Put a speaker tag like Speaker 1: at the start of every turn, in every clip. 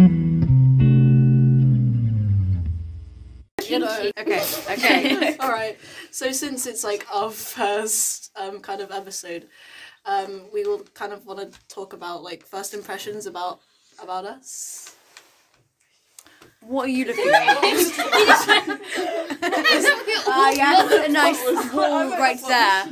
Speaker 1: right. So since it's like our first um, kind of episode, um, we will kind of want to talk about like first impressions about about us.
Speaker 2: What are you looking at? Ah, you have to put a nice wall right there.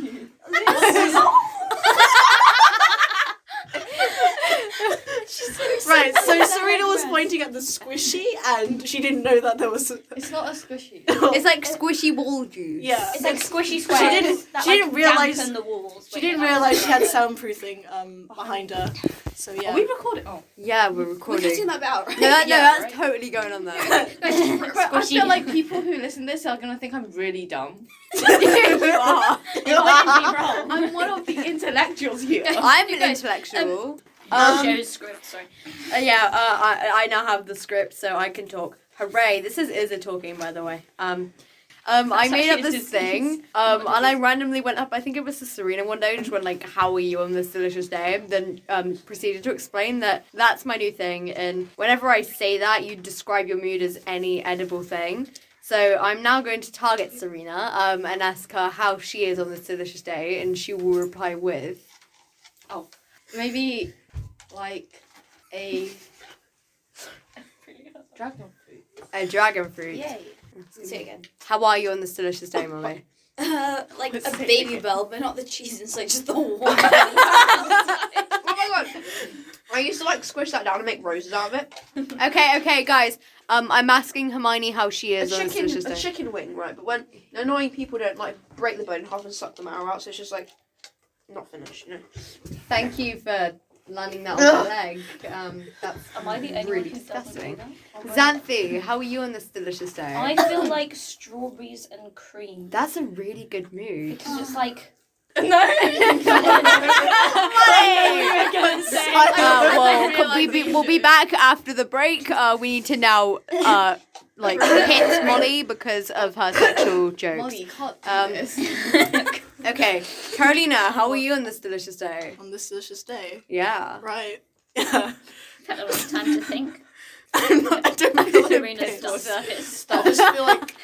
Speaker 1: Right. So Serena was pointing at the squishy, and she didn't know that there was. A...
Speaker 3: It's not a squishy.
Speaker 2: It's like squishy wall juice.
Speaker 1: yeah.
Speaker 4: It's like squishy
Speaker 1: She
Speaker 4: squares.
Speaker 1: didn't-
Speaker 4: that,
Speaker 1: she
Speaker 4: like,
Speaker 1: didn't realise-
Speaker 4: dampen the walls.
Speaker 1: She
Speaker 4: when
Speaker 1: didn't
Speaker 4: you're out.
Speaker 1: realize she had soundproofing um, behind her. So yeah.
Speaker 3: recorded. Oh,
Speaker 2: Yeah, we're recording.
Speaker 4: that bit out, right?
Speaker 2: No, that, no,
Speaker 3: Yeah,
Speaker 2: that's
Speaker 3: right.
Speaker 2: totally going on there.
Speaker 3: but I
Speaker 4: Squishy.
Speaker 3: feel like people who listen to this are gonna think I'm really dumb.
Speaker 2: you are.
Speaker 3: I'm one of the intellectuals here.
Speaker 2: I'm an
Speaker 4: guys,
Speaker 2: intellectual.
Speaker 4: Um,
Speaker 2: Um,
Speaker 4: Joe's script, sorry.
Speaker 2: uh, yeah, uh, I, I now have the script, so I can talk. Hooray! This is Izza talking, by the way. Um, um, I
Speaker 4: That's
Speaker 2: made up
Speaker 4: actually a
Speaker 2: this
Speaker 4: disease.
Speaker 2: thing, um, and I randomly went up. I think it was to Serena one day, and just went like, "How are you on this delicious day?" Then um, proceeded to explain that that's my new thing, and whenever I say that, you describe your mood as any edible thing. So I'm now going to target Serena um, and ask her how she is on this delicious day, and she will reply with,
Speaker 3: Maybe like a dragon fruit.
Speaker 2: "A dragon fruit."
Speaker 4: Say it again.
Speaker 2: How are you on this delicious day, mommy?
Speaker 4: Uh, like a
Speaker 3: Say it
Speaker 4: baby
Speaker 3: again.
Speaker 4: bell, but not the cheese inside, just the water.
Speaker 3: Oh my god! I used to like squish that down and make roses out of it.
Speaker 2: Okay, okay, guys. Um, I'm asking Hermione how she
Speaker 3: A
Speaker 2: is on this
Speaker 3: chicken,
Speaker 2: delicious
Speaker 3: a
Speaker 2: day.
Speaker 3: chicken wing, right? But when annoying people don't like break the bone in half and suck the marrow out, so it's just like not finished. You know.
Speaker 2: Thank you for landing that
Speaker 3: Ugh.
Speaker 2: leg. Um, that's
Speaker 4: Am I the only
Speaker 2: really
Speaker 4: one who doesn't do
Speaker 2: disgusting.
Speaker 4: that?
Speaker 2: Xanthi, how are you on this delicious day?
Speaker 4: I feel like strawberries and cream.
Speaker 2: That's a really good mood.
Speaker 4: Because it's like.
Speaker 2: Uh, well,
Speaker 3: I
Speaker 2: could we be, we'll be back after the break. Uh, we need to now, uh, like, hit Molly because of her sexual jokes.
Speaker 3: Molly, you can't do
Speaker 2: Um,
Speaker 3: this.
Speaker 2: Okay, Carolina, how are you on this delicious day?
Speaker 1: On this delicious day.
Speaker 2: Yeah.
Speaker 1: Right. Yeah.
Speaker 4: Had a lot of time to think.
Speaker 1: I don't know. what it means.
Speaker 4: Serena's done this.
Speaker 1: I just feel like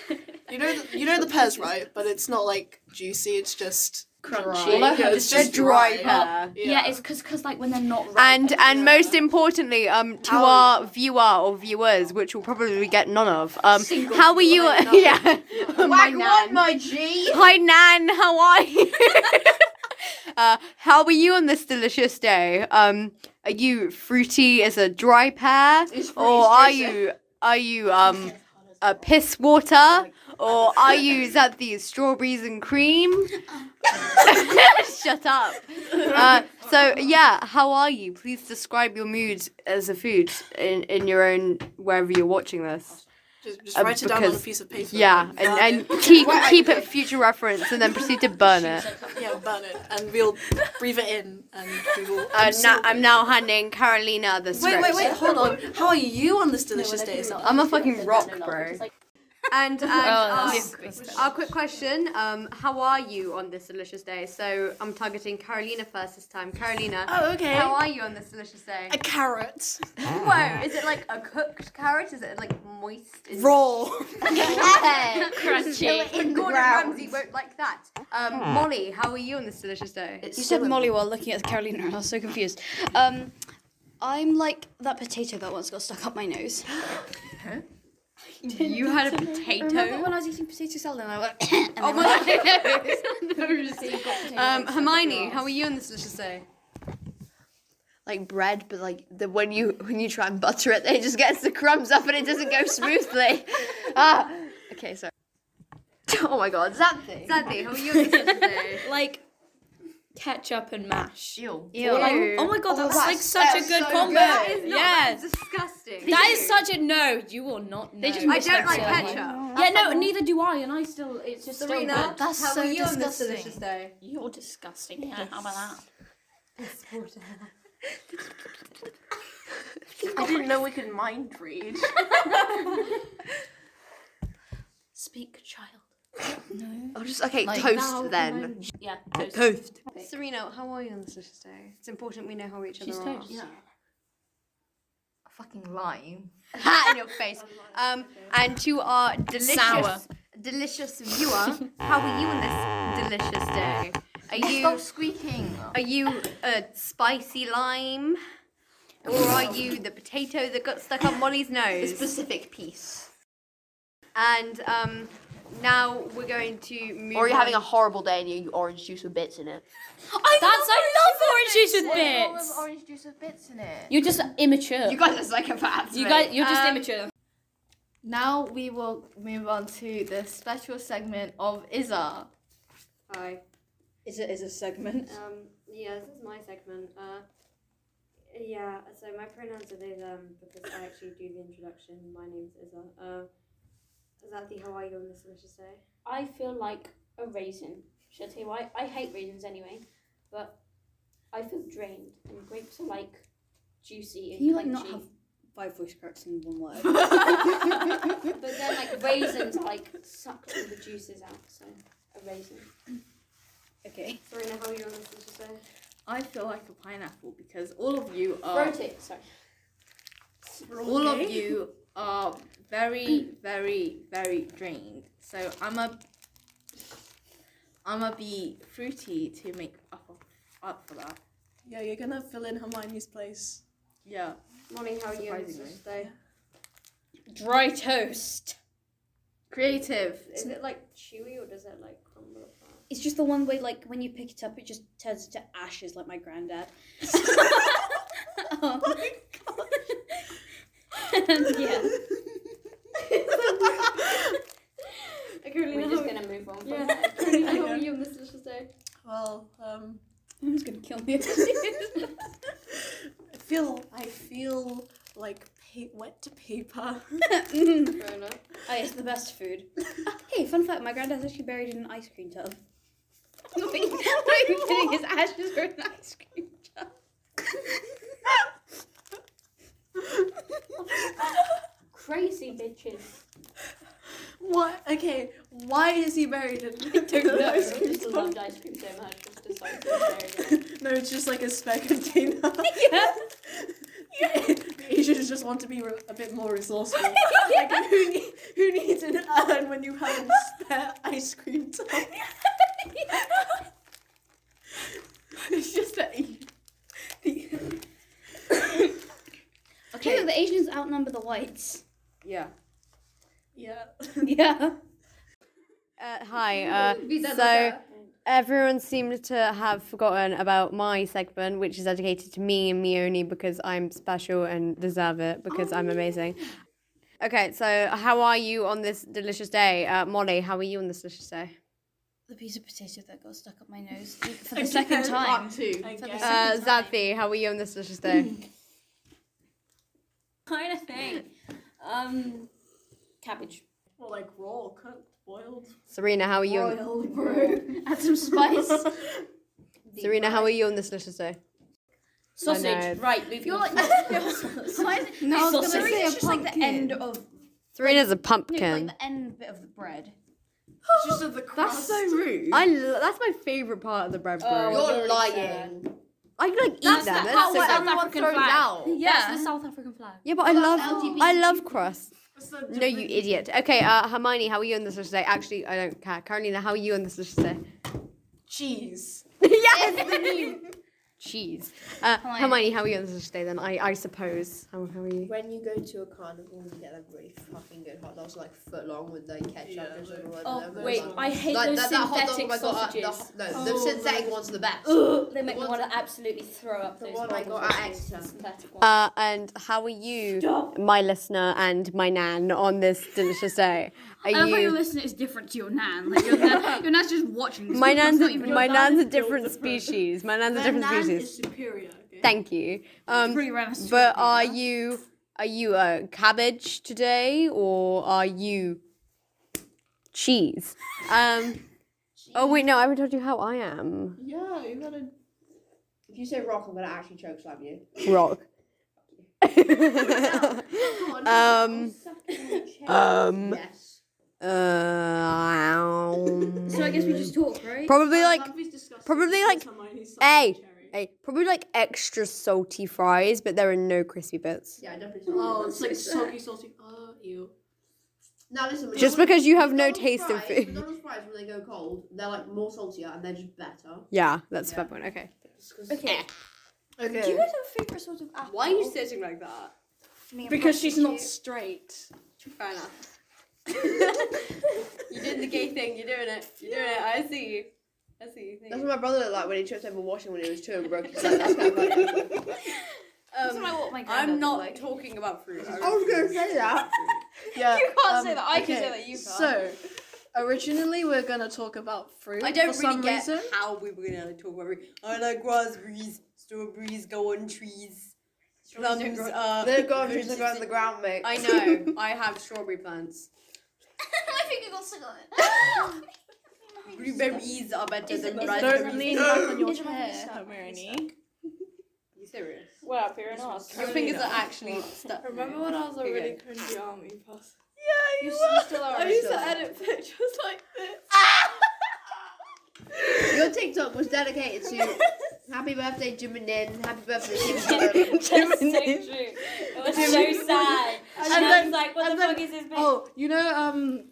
Speaker 1: you know the, you know the pears, right? But it's not like juicy. It's just
Speaker 4: Crunchy.
Speaker 1: Dry.
Speaker 2: It's just dry pear.
Speaker 4: Yeah, it's because like when they're not ripe.
Speaker 2: and and
Speaker 1: Yeah.
Speaker 2: most importantly, um, to
Speaker 1: How-
Speaker 2: our viewer or viewers, which will probably get none of. Um,
Speaker 1: Single
Speaker 2: how are you?
Speaker 1: viewer, no.
Speaker 2: yeah.
Speaker 3: Whack
Speaker 2: Nan.
Speaker 3: one, my G.
Speaker 2: Hi Nan, how are you? uh, how are you on this delicious day? Um, are you fruity as a dry pear,
Speaker 3: It's fruity
Speaker 2: or are
Speaker 3: juicy.
Speaker 2: you are you
Speaker 1: Uh,
Speaker 2: um a piss water, or are you Xanthi strawberries and cream? Shut up. Uh, so yeah, how are you? Please describe your mood as a food in, in your own wherever you're watching this.
Speaker 1: just, just
Speaker 2: Uh,
Speaker 1: write it down on a
Speaker 2: because-
Speaker 1: piece of paper.
Speaker 2: Yeah, and, and keep keep it future reference, and then proceed to burn it.
Speaker 1: yeah, burn it, and we'll breathe it in, and we will.
Speaker 2: I'm,
Speaker 1: absorb
Speaker 2: now, Uh, I'm
Speaker 1: it.
Speaker 2: now handing Carolina the
Speaker 1: Wait,
Speaker 2: script.
Speaker 1: wait, wait! Hold on. How are you on this delicious day? It's not.
Speaker 2: I'm a fucking rock, bro. And, and
Speaker 1: Oh,
Speaker 2: uh,
Speaker 4: Oh, that's-
Speaker 1: um,
Speaker 2: our quick question: um, How are you on this delicious day? So I'm targeting Carolina first this time. Carolina,
Speaker 1: Oh, okay.
Speaker 2: how are you on this delicious day?
Speaker 1: A carrot.
Speaker 2: Whoa, is it like a cooked carrot? Is it like moist? Is
Speaker 1: Raw.
Speaker 2: Yeah.
Speaker 4: Crunchy.
Speaker 2: Gordon Ramsay won't like that. Um, Molly, how are you on this delicious day?
Speaker 5: You said Molly while looking at Carolina, and I was so confused. Um, I'm like that potato that once got stuck up my nose.
Speaker 2: You had a
Speaker 5: Remember
Speaker 2: potato.
Speaker 5: when I was eating potato salad and I went, and
Speaker 2: Oh
Speaker 5: then
Speaker 2: my
Speaker 5: went,
Speaker 2: goodness.
Speaker 5: um,
Speaker 2: Um, Hermione, how are you on this delicious day?
Speaker 6: like bread, but like the when you when you try and butter it, it just gets the crumbs up and it doesn't go smoothly. ah, okay, sorry. Oh my god, Xanthi.
Speaker 2: Sadly, how are you on this delicious day?
Speaker 4: Like ketchup and mash.
Speaker 5: Ew.
Speaker 4: Oh my god, that's like such a good combo.
Speaker 2: That is not
Speaker 4: yes.
Speaker 2: disgusting.
Speaker 4: That is such a no. You will not know. They
Speaker 5: just
Speaker 2: I don't like ketchup.
Speaker 4: Yeah, no, neither do I, and I still. It's just still.
Speaker 2: Serena,
Speaker 4: good.
Speaker 5: That's
Speaker 2: how
Speaker 5: so
Speaker 2: are you on this
Speaker 5: disgusting.
Speaker 2: delicious day?
Speaker 4: You're disgusting. Yeah, how about that?
Speaker 3: I didn't know we could mind read.
Speaker 4: Speak, child.
Speaker 6: Oh, just okay, toast then.
Speaker 4: Yeah. Toast.
Speaker 6: Toast.
Speaker 2: Serena, how are you on this delicious day? It's important we know how each other
Speaker 4: She's
Speaker 2: are.
Speaker 4: toast. Yeah.
Speaker 6: Fucking lime.
Speaker 2: Ha in your face. Um, and to our delicious
Speaker 4: delicious viewer, how are you on this delicious day? Are you
Speaker 7: Stop squeaking.
Speaker 4: are you a spicy lime, or are you the potato that got stuck on Molly's
Speaker 7: A
Speaker 4: nose?
Speaker 7: specific piece.
Speaker 4: And um, now we're going to move.
Speaker 6: Or you're
Speaker 4: on.
Speaker 6: having a horrible day and you eat orange juice with bits in it.
Speaker 8: That's I love orange juice with
Speaker 7: With
Speaker 8: bits.
Speaker 7: orange juice with bits in it.
Speaker 8: You're just immature. You
Speaker 7: guys are psychopaths.
Speaker 8: guys, you're just
Speaker 4: Um,
Speaker 8: immature.
Speaker 7: Now we will move on to the special segment of Izar.
Speaker 3: Hi.
Speaker 1: Is it is a segment?
Speaker 9: Um, yeah, this is my segment. Uh, yeah, so my pronouns are they, them, because I actually do the introduction. My name's Izza. Uh, is that the how are you on this delicious day?
Speaker 8: I feel like a raisin. Should I tell you why? I hate raisins anyway, but I feel drained, and grapes are like juicy. And
Speaker 9: Can you, like, not
Speaker 8: crunchy.
Speaker 9: have Five voice cracks in one word.
Speaker 8: But then like raisins are like sucked all the juices out, so a raisin.
Speaker 9: okay. Serena, how are you on this delicious day?
Speaker 3: I feel like a pineapple because all of you
Speaker 7: Oh.
Speaker 3: are
Speaker 8: Rotate, sorry.
Speaker 3: all of you are very, very, very drained. So I'm a I'm a be fruity to make up up for that.
Speaker 1: Yeah, you're gonna fill in Hermione's place.
Speaker 3: Yeah.
Speaker 9: Molly, how are you on this
Speaker 3: Surprisingly.
Speaker 9: delicious day?
Speaker 4: dry toast?
Speaker 3: Creative.
Speaker 9: Is it like chewy or does it like crumble apart?
Speaker 4: It's just the one way, like when you pick it up, it just turns into ashes, like my granddad. oh my god! yeah.
Speaker 8: We're just gonna move on. From
Speaker 9: Yeah,
Speaker 8: that.
Speaker 9: Karolina, how are you on this delicious day?
Speaker 1: Well, um,
Speaker 4: Someone's gonna kill me.
Speaker 1: I feel I feel like pa- wet to paper.
Speaker 4: Mm.
Speaker 9: Fair enough.
Speaker 4: oh, it's the best food. hey, fun fact: my granddad's actually buried in an ice cream tub. what he was doing his ashes were in an ice cream tub.
Speaker 8: Crazy bitches.
Speaker 1: what? Okay, why is he buried in? I don't
Speaker 8: I just loved ice cream so much. It's just like so very good.
Speaker 1: No, it's just like a spare container.
Speaker 4: Yeah.
Speaker 1: The Asians just want to be re- a bit more resourceful. Like, who, ne- who needs an urn when you have a spare ice cream tub? it's just that you- the-
Speaker 4: Okay, the Asians outnumber the whites.
Speaker 3: Yeah.
Speaker 1: yeah.
Speaker 4: Yeah.
Speaker 2: Uh, hi. Uh, so everyone seemed to have forgotten about my segment, which is dedicated to me and me only because I'm special and deserve it because I'm amazing. Okay, so how are you on this delicious day, uh, Molly? How are you on this delicious day?
Speaker 4: The piece of potato that got stuck up my nose for the second time.
Speaker 3: Part two.
Speaker 1: I
Speaker 4: For the
Speaker 1: guess.
Speaker 2: Uh,
Speaker 4: second time.
Speaker 2: Zadie, how are you on this delicious day?
Speaker 8: Kind of thing. Um, cabbage.
Speaker 1: Or like raw, cooked, boiled.
Speaker 2: Serena, how are you? On,
Speaker 8: Add some spice.
Speaker 2: Serena, how are you on this delicious day?
Speaker 8: Sausage. Right, moving on.
Speaker 4: No,
Speaker 8: It's
Speaker 4: I was
Speaker 8: sausage.
Speaker 4: gonna say a pumpkin. Like the end of
Speaker 2: Serena's a pumpkin.
Speaker 4: the end bit of the bread.
Speaker 1: Just of the crust.
Speaker 3: So rude.
Speaker 2: I lo- that's my favorite part of the bread brew.
Speaker 8: You're lying.
Speaker 2: I can, like eat
Speaker 8: Oh. That's
Speaker 2: them.
Speaker 8: the-
Speaker 2: That's
Speaker 8: that
Speaker 2: so
Speaker 8: was
Speaker 2: good.
Speaker 8: South African flag. That's the South African flag.
Speaker 2: Yeah, but I love I love crust. No, you idiot. Okay, uh, Hermione, how are you on this day? Actually, I don't care. Carolina, how are you on this day?
Speaker 1: Cheese.
Speaker 2: yes, the new cheese. Uh, Hermione, how are you on this day then? I, I suppose. How, how are you?
Speaker 7: When you go to a carnival, you get them really fucking good hot dogs, like foot long with like ketchup
Speaker 1: Yeah,
Speaker 7: and
Speaker 1: like-
Speaker 7: something. like
Speaker 8: Oh,
Speaker 7: that. Those
Speaker 8: wait,
Speaker 7: are-
Speaker 8: I hate
Speaker 7: like
Speaker 8: those
Speaker 7: that, that hot dog
Speaker 8: synthetic
Speaker 7: I got at
Speaker 8: sausages.
Speaker 7: the ho- no, the synthetic ones are the best.
Speaker 8: Ugh, they make me
Speaker 7: one-
Speaker 8: want to absolutely throw up
Speaker 7: the
Speaker 8: those
Speaker 7: one I
Speaker 8: bubbles
Speaker 7: got
Speaker 8: of
Speaker 7: at
Speaker 8: those
Speaker 7: Exeter.
Speaker 8: synthetic ones.
Speaker 2: Uh, and how are you, my listener and my nan, on this delicious day? Are
Speaker 4: I love how your
Speaker 2: you?
Speaker 4: listener is different to your nan. Like your, nan, your nan's just watching. This
Speaker 2: My nan's
Speaker 4: not
Speaker 2: a,
Speaker 4: even
Speaker 2: my
Speaker 4: your
Speaker 2: nan's a different species. My nan's a
Speaker 1: Their
Speaker 2: different
Speaker 1: nan
Speaker 2: species.
Speaker 1: is superior. Okay?
Speaker 2: Thank you. Um,
Speaker 4: pretty random.
Speaker 2: But are you are you a cabbage today or are you cheese? Um Oh wait, no, I haven't told you how I am.
Speaker 1: Yeah, you gotta.
Speaker 10: If you say rock, I'm gonna actually choke slam you.
Speaker 2: Rock. um um
Speaker 10: Yes.
Speaker 2: uh, um,
Speaker 4: So I guess we just talk, right?
Speaker 2: probably like
Speaker 1: That was disgusting.
Speaker 2: probably
Speaker 1: It's
Speaker 2: like
Speaker 1: Hermione's
Speaker 2: A.
Speaker 1: sausage cherry.
Speaker 2: hey, probably like extra salty fries, but there are no crispy bits.
Speaker 10: Yeah, I definitely.
Speaker 1: Oh, it's like soggy, salty. Oh, Uh, ew.
Speaker 7: Now listen.
Speaker 11: Just
Speaker 7: McDonald's-
Speaker 11: because you have no
Speaker 7: McDonald's
Speaker 11: taste in
Speaker 7: fries-
Speaker 11: food.
Speaker 7: McDonald's fries when they go cold, they're like more saltier and they're just better.
Speaker 11: Yeah, that's a fair point. Okay.
Speaker 4: Okay.
Speaker 12: Okay.
Speaker 13: Do you guys have a favourite sort of apple?
Speaker 1: Why are you sitting like that?
Speaker 13: Me and
Speaker 1: Because she's not
Speaker 13: prostitute.
Speaker 1: straight. Fair enough. you did the gay thing. You're doing it. You're doing it. I see you. I see you.
Speaker 7: That's what my brother looked like when he tripped over washing when he was two and broke his leg. That's kind of funny.
Speaker 1: Um,
Speaker 12: what I want my granddad
Speaker 1: I'm
Speaker 12: to
Speaker 1: not
Speaker 12: like.
Speaker 1: talking about fruit.
Speaker 7: I was gonna say that.
Speaker 12: Yeah. You can't say
Speaker 1: um,
Speaker 12: that. I can
Speaker 1: okay,
Speaker 12: say that. You can't.
Speaker 1: So, originally we're gonna talk about fruit.
Speaker 2: I don't
Speaker 1: for
Speaker 2: really
Speaker 1: some
Speaker 2: get
Speaker 1: reason.
Speaker 2: how we were gonna talk about. it. I like raspberries, strawberries go on trees. Plums are.
Speaker 7: They've gone trees are going on the ground, mate.
Speaker 2: I know. I have strawberry plants.
Speaker 13: My finger got stuck on it.
Speaker 2: Blueberries are better than
Speaker 4: Don't
Speaker 2: raspberries.
Speaker 4: lean
Speaker 1: back on
Speaker 13: Is it my finger stuck?
Speaker 2: You serious?
Speaker 4: Wow, fair enough.
Speaker 2: Your fingers are actually stuck.
Speaker 14: Remember when I was a really
Speaker 2: Okay.
Speaker 14: cringy army person?
Speaker 2: Yeah, you were.
Speaker 14: Still
Speaker 2: I
Speaker 14: are.
Speaker 2: used to edit pictures like this.
Speaker 7: Your TikTok was dedicated to happy birthday, Jim and Nin, happy birthday, Jim and Nin.
Speaker 4: That's so true. It was so sad. And,
Speaker 1: then-
Speaker 4: I was like, what the
Speaker 1: and then-
Speaker 4: fuck is this? bitch?
Speaker 1: Oh, you know, um,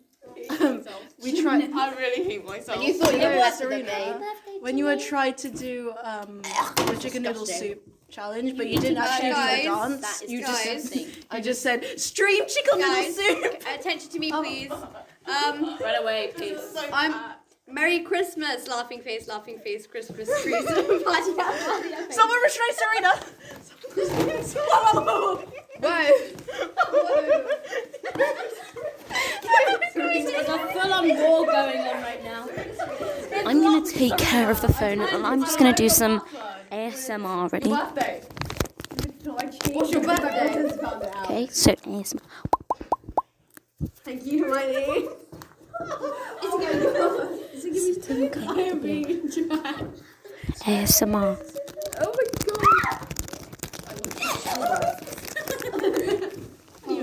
Speaker 1: we tried. I really hate myself.
Speaker 7: And you thought you
Speaker 1: know,
Speaker 7: were better than
Speaker 1: Serena,
Speaker 7: me.
Speaker 1: when you were trying to do um the chicken noodle
Speaker 7: disgusting.
Speaker 1: soup challenge, but you didn't actually
Speaker 2: guys,
Speaker 1: do the dance.
Speaker 2: that is
Speaker 1: you
Speaker 2: guys.
Speaker 1: just I just said stream chicken noodle
Speaker 2: Guys.
Speaker 1: soup.
Speaker 2: Uh, Attention to me,
Speaker 4: Oh.
Speaker 2: please. Um,
Speaker 4: Right away, please.
Speaker 2: I'm. Merry Christmas, laughing face, laughing face, Christmas trees. Bloody hell.
Speaker 1: Someone restrain Serena. Whoa.
Speaker 4: There's a full on war going on right now.
Speaker 15: I'm going to take care of the phone and I'm just going to do some ASMR already.
Speaker 12: What's your birthday?
Speaker 15: Okay, so ASMR. ASMR.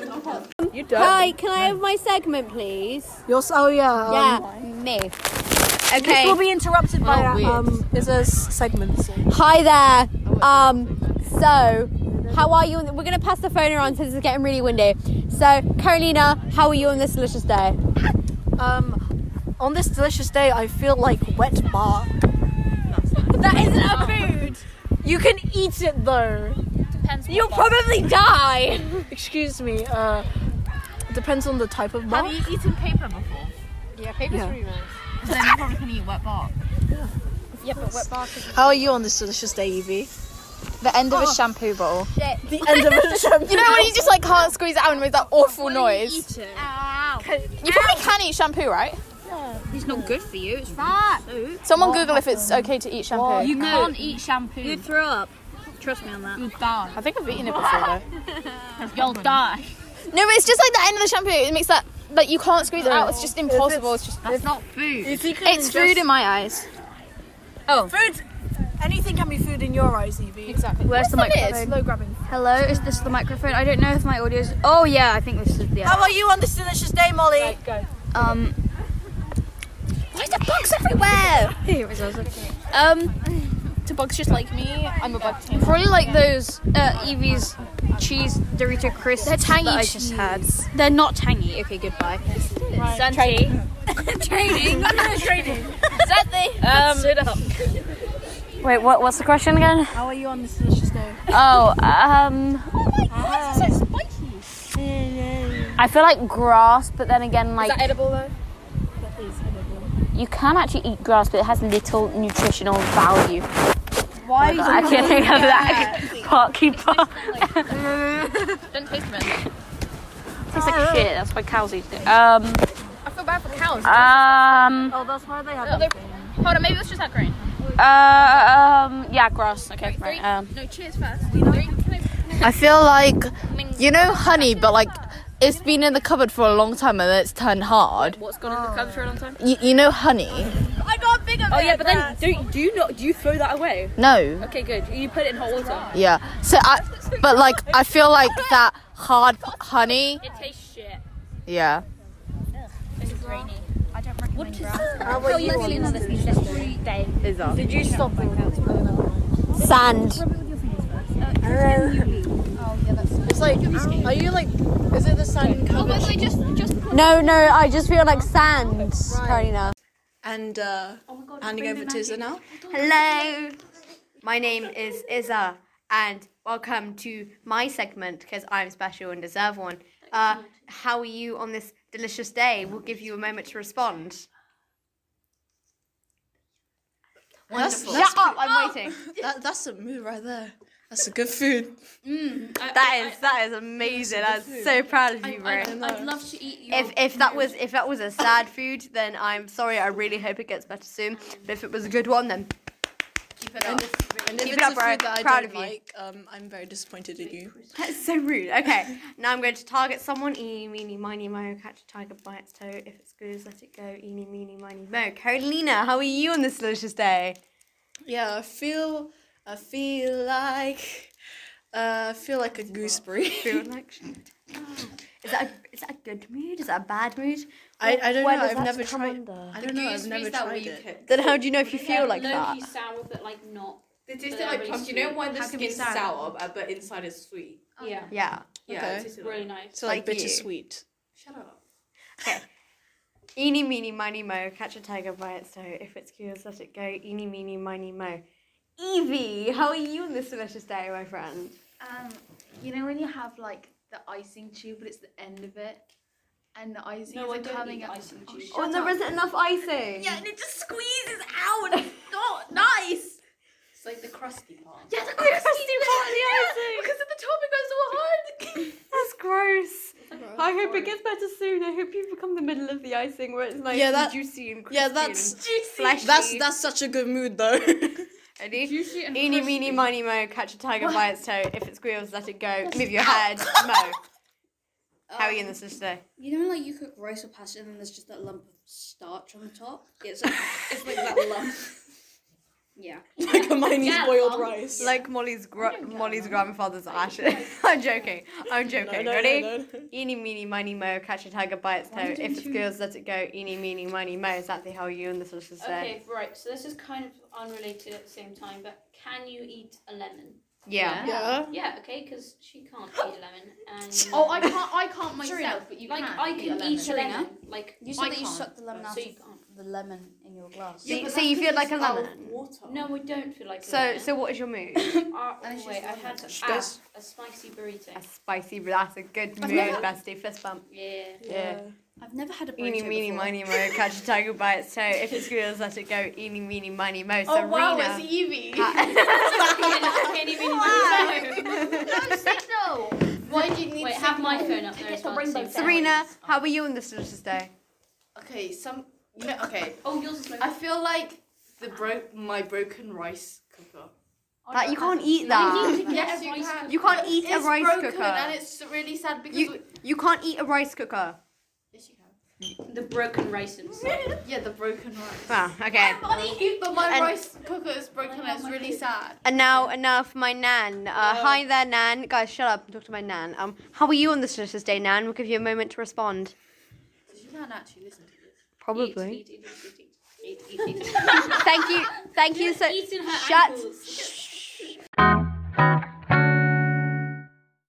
Speaker 11: Hi, can I have my segment, please?
Speaker 1: You're so yeah.
Speaker 11: yeah, me. Okay.
Speaker 1: be interrupted by um. Is a segment soon.
Speaker 11: Hi there. Um, so, how are you? on- We're gonna pass the phone around since it's getting really windy. So, Carolina, how are you on this delicious day?
Speaker 1: Um, on this delicious day, I feel like wet bar.
Speaker 11: That isn't a food.
Speaker 1: You can eat it though.
Speaker 11: You'll probably die.
Speaker 1: Excuse me. Uh, depends on the type of bar.
Speaker 12: Have you eaten paper before?
Speaker 11: Yeah, paper's
Speaker 1: Yeah.
Speaker 11: really nice.
Speaker 12: Then you probably can eat wet bark.
Speaker 11: Yeah, but wet bar could
Speaker 1: How are you on this delicious day, Evie?
Speaker 15: The end of a shampoo bottle.
Speaker 11: shit.
Speaker 1: The end of it.
Speaker 15: You know when you just like can't squeeze it out and make that awful noise? You probably can eat shampoo, right?
Speaker 12: It's not good for you. It's
Speaker 15: Someone Google if it's okay to eat shampoo.
Speaker 12: you can't eat shampoo. You throw up. Trust me on that. You'll die.
Speaker 15: I think I've eaten it before though.
Speaker 12: You'll die.
Speaker 15: No, but it's just like the end of the shampoo. It makes that like you can't squeeze it out. It's just impossible. It's just
Speaker 12: That's not food.
Speaker 15: it's food in my eyes.
Speaker 4: Oh.
Speaker 1: Food. Anything can be food in your eyes, Evie.
Speaker 15: Exactly. Where's the microphone?
Speaker 1: Low grabbing.
Speaker 15: Hello, is this the microphone? I don't know if my audio is. Oh yeah, I think this is the.
Speaker 1: How are you on this delicious day, Molly?
Speaker 15: Um. Why is there bugs everywhere? Um.
Speaker 12: To bugs just like me, I'm a bug tamer.
Speaker 15: Probably like those uh, Evie's cheese Dorito crisps They're tangy that I just had. They're not tangy. Okay, goodbye. Santi. Training. Training. Santi. Um, Wait, what? What's the question again?
Speaker 1: How are you on this delicious day?
Speaker 15: Oh, um. Oh my god, so spiky. I feel like grass, but then again, like. Is that edible though? You can actually eat grass, but it has little nutritional value. Why? I can't think of that. Parky park.
Speaker 12: Don't taste them.
Speaker 15: Tastes like shit. That's why cows eat it. Um.
Speaker 12: I feel bad for the cows.
Speaker 15: Um.
Speaker 1: Oh, that's why they have.
Speaker 12: Hold on, maybe let's just have grain.
Speaker 15: Uh. Um. Yeah, grass. Okay. Right. Um.
Speaker 12: No, cheers first. Three. Can I-
Speaker 3: I feel like you know honey, but like it's been in the cupboard for a long time and then it's turned hard.
Speaker 12: What's gone in the cupboard for a long time?
Speaker 3: You, you know honey?
Speaker 12: Oh yeah, but then do do you not do you throw that away?
Speaker 3: No.
Speaker 12: Okay, good. You put it in hot water.
Speaker 3: Yeah. So I, but like I feel like that hard p- honey.
Speaker 12: It tastes shit.
Speaker 3: Yeah.
Speaker 11: Sand.
Speaker 16: it's like, are you like, is it the sand
Speaker 2: Oh,
Speaker 16: and cabbage?
Speaker 8: just, just.
Speaker 2: No, no, I just feel like sand currently now.
Speaker 1: And uh,
Speaker 2: Oh
Speaker 1: handing over to Izza now.
Speaker 2: Hello. My name is Izza, and welcome to my segment because I'm special and deserve one. Uh, how are you on this delicious day? We'll give you a moment to respond.
Speaker 1: That's,
Speaker 2: Wonderful.
Speaker 1: that's
Speaker 2: Shut up,
Speaker 1: good-
Speaker 2: I'm waiting.
Speaker 1: That, that's a move right there. That's a good food.
Speaker 2: That is that is amazing. I'm so proud of you, Ray.
Speaker 4: I'd love to eat you.
Speaker 2: If if that was if that was a sad food, then I'm sorry. I really hope it gets better soon. But if it was a good one, then
Speaker 4: keep
Speaker 2: it
Speaker 1: up. And if
Speaker 2: Keep
Speaker 1: it's
Speaker 2: it up,
Speaker 1: a food
Speaker 2: Ray.
Speaker 1: that I
Speaker 2: Proud
Speaker 1: don't
Speaker 2: of you.
Speaker 1: like, um, I'm very disappointed in you.
Speaker 2: That's so rude. Okay, now I'm going to target someone. Eeny, meeny, miny, mo. Catch a tiger by its toe. If it's good, let it go. Eeny, meeny, miny, mo. Carolina, how are you on this delicious day?
Speaker 1: Yeah, I feel, I feel like, uh, I feel like a gooseberry.
Speaker 2: feel like shit. Is that a, is that a good mood? Is that a bad mood?
Speaker 1: I-
Speaker 2: Or
Speaker 1: I don't
Speaker 2: where
Speaker 1: know,
Speaker 2: does
Speaker 1: I've
Speaker 2: that
Speaker 1: never
Speaker 2: come
Speaker 1: tried-
Speaker 2: under?
Speaker 1: I don't know, I've never tried it.
Speaker 2: Then how do you know if you feel like
Speaker 8: low
Speaker 2: that?
Speaker 8: key sour, but like not.
Speaker 17: They
Speaker 8: but
Speaker 17: taste
Speaker 8: not
Speaker 17: like
Speaker 8: really
Speaker 17: pumpkin. You know
Speaker 8: sweet.
Speaker 17: when the
Speaker 8: How can it be
Speaker 17: skin's sour, but- but inside is sweet.
Speaker 8: Yeah.
Speaker 2: Yeah.
Speaker 17: Yeah,
Speaker 2: Okay.
Speaker 17: it tasted
Speaker 8: Really
Speaker 17: like-
Speaker 8: nice.
Speaker 1: So like,
Speaker 2: Like you.
Speaker 1: bittersweet.
Speaker 17: Shut up.
Speaker 2: Eeny, meeny, miny, mo. Catch a tiger by its toe. If it's curious, let it go. Eeny, meeny, miny, mo. Evie, how are you on this delicious day, my friend?
Speaker 7: Um, you know when you have like the icing tube, but it's the end of it, and the icing
Speaker 8: No,
Speaker 7: is
Speaker 8: I
Speaker 7: like
Speaker 8: don't
Speaker 7: coming
Speaker 8: eat
Speaker 7: up.
Speaker 8: icing
Speaker 7: Oh,
Speaker 8: tube.
Speaker 7: shut
Speaker 2: Oh, and there
Speaker 7: up.
Speaker 2: isn't enough icing.
Speaker 7: Yeah, and it just squeezes out. and It's not nice.
Speaker 17: It's like the crusty part.
Speaker 7: Yeah, the
Speaker 17: Oh,
Speaker 7: crusty,
Speaker 17: crusty part of the
Speaker 7: yeah,
Speaker 17: icing.
Speaker 7: because at the top it goes all hard.
Speaker 2: That's gross. I hope it gets better soon. I hope you become the middle of the icing where it's nice
Speaker 1: Yeah,
Speaker 2: and
Speaker 1: that-
Speaker 2: juicy and crispy.
Speaker 1: Yeah, that's
Speaker 2: and
Speaker 1: juicy.
Speaker 2: fleshy.
Speaker 1: That's that's such a good mood though.
Speaker 2: Ready? Eeny, meeny, miny, mo. Catch a tiger by its toe. If it squeals, let it go. Move your head, mo. How are you in this
Speaker 1: Um,
Speaker 2: today?
Speaker 4: You know, like you cook rice or pasta, and then there's just that lump of starch on the top. It's like, it's like that lump. Yeah.
Speaker 1: Like a
Speaker 4: Hermione's Yeah, boiled um, rice.
Speaker 2: Like Molly's gr- Molly's grandfather's ashes. I'm joking. I'm joking.
Speaker 1: no, no,
Speaker 2: Ready?
Speaker 1: no,
Speaker 2: Eeny, meeny, miny, mo. Catch a tiger by its toe.
Speaker 8: Why didn't
Speaker 2: If it
Speaker 8: you-
Speaker 2: squeals, let it go. Eeny, meeny, miny, mo. Exactly how are you in this today?
Speaker 8: Okay, right. So this is kind of unrelated at the same time, but can you eat a lemon?
Speaker 2: Yeah.
Speaker 1: Yeah.
Speaker 8: Yeah. Okay, because she can't eat a lemon, and
Speaker 7: Oh, I can't. I can't myself, but you
Speaker 8: like
Speaker 7: can.
Speaker 8: I can eat a lemon. Like
Speaker 18: you
Speaker 8: I
Speaker 18: said that you
Speaker 8: can't.
Speaker 18: sucked the lemon
Speaker 8: So
Speaker 18: out
Speaker 8: you
Speaker 18: of the lemon in your glass.
Speaker 2: So- so you feel like a lemon?
Speaker 8: No, I don't feel like.
Speaker 2: So, so what is your mood?
Speaker 8: Uh, wait, I had
Speaker 2: She
Speaker 8: ah,
Speaker 2: goes-
Speaker 8: a spicy burrito.
Speaker 2: A spicy, but that's a good mood,
Speaker 8: I've never-
Speaker 2: bestie. Fist bump.
Speaker 8: Yeah.
Speaker 2: Yeah.
Speaker 4: I've never had a burrito
Speaker 2: Eeny, meeny,
Speaker 4: before.
Speaker 2: miny, mo. Catch a tiger by its toe. If it squeals, let it go. Eeny, meeny, miny, mo.
Speaker 7: Oh wow,
Speaker 2: Serena.
Speaker 7: it's Evie.
Speaker 8: No signal.
Speaker 7: Why do you need
Speaker 8: Wait, have my
Speaker 7: signal?
Speaker 8: phone up there
Speaker 7: It's
Speaker 8: as
Speaker 7: a
Speaker 8: well.
Speaker 7: rainbow
Speaker 8: so-
Speaker 2: Serena, how are you on this delicious day?
Speaker 17: Okay, some. You know, okay.
Speaker 8: Oh, yours is my.
Speaker 17: I feel like the bro my broken rice cooker.
Speaker 4: Oh
Speaker 2: That you can't eat
Speaker 17: You
Speaker 2: that.
Speaker 17: need to get a rice cooker.
Speaker 2: You can't eat a
Speaker 17: It's
Speaker 2: rice
Speaker 17: broken
Speaker 2: cooker.
Speaker 17: and it's really sad because
Speaker 2: you, you can't eat a rice cooker.
Speaker 8: The broken rice inside.
Speaker 17: yeah, the broken rice.
Speaker 2: Well, okay.
Speaker 17: but my
Speaker 2: And-
Speaker 17: rice cooker is broken and it's really sad.
Speaker 2: And now, enough, my nan. Uh, Hi there, nan. Guys, shut up and talk to my nan. Um, how are you on this delicious day, nan? We'll give you a moment to respond.
Speaker 17: You can't actually listen to this.
Speaker 2: Probably.
Speaker 8: Eat, eat, eat, eat, eat, eat, eat, eat, eat.
Speaker 2: thank you, thank you so.
Speaker 8: Eating her
Speaker 2: Shut.
Speaker 8: ankles.